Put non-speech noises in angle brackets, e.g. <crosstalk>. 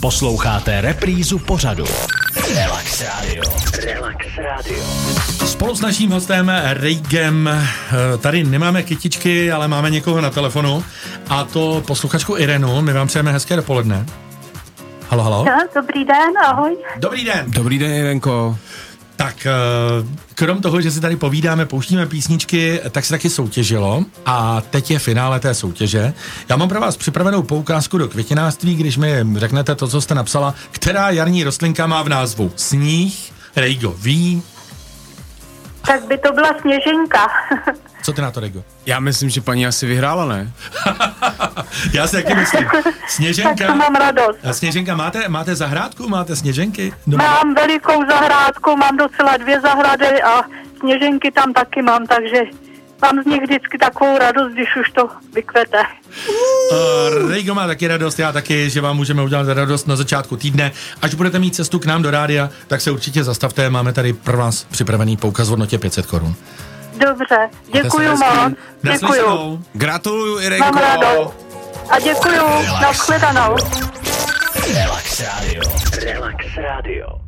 Posloucháte reprízu pořadu. Relax Radio. Relax Radio. Spolu s naším hostem Rejgem eh, tady nemáme kytičky, ale máme někoho na telefonu a to posluchačku Irenu. My vám přejeme hezké dopoledne. Halo, halo. No, dobrý den, ahoj. Dobrý den. Dobrý den, Jirenko. Tak eh, krom toho, že si tady povídáme, pouštíme písničky, tak se taky soutěžilo a teď je finále té soutěže. Já mám pro vás připravenou poukázku do květinářství, když mi řeknete to, co jste napsala, která jarní rostlinka má v názvu sníh, Rejgo ví. Tak by to byla sněženka. Co ty na to, Rejgo? Já myslím, že paní asi vyhrála, ne? <laughs> Já si taky myslím. Sněženka. Eh, tak to mám radost. A Sněženka, máte, máte zahrádku? Máte sněženky? No Doma? Mám velikou zahrádku, mám docela dvě zahrady a sněženky tam taky mám, takže mám z nich vždycky takovou radost, když už to vykvete. Uh, Rejgo má taky radost, já taky, že vám můžeme udělat radost na začátku týdne. Až budete mít cestu k nám do rádia, tak se určitě zastavte. Máme tady pro vás připravený poukaz v hodnotě 500 korun. Dobře, děkuji hezky. moc. Děkuji. Naslyšenou. Gratuluju, Mám Jirenko. radost. A děkuji. Nashledanou. Relax Radio. Relax Radio.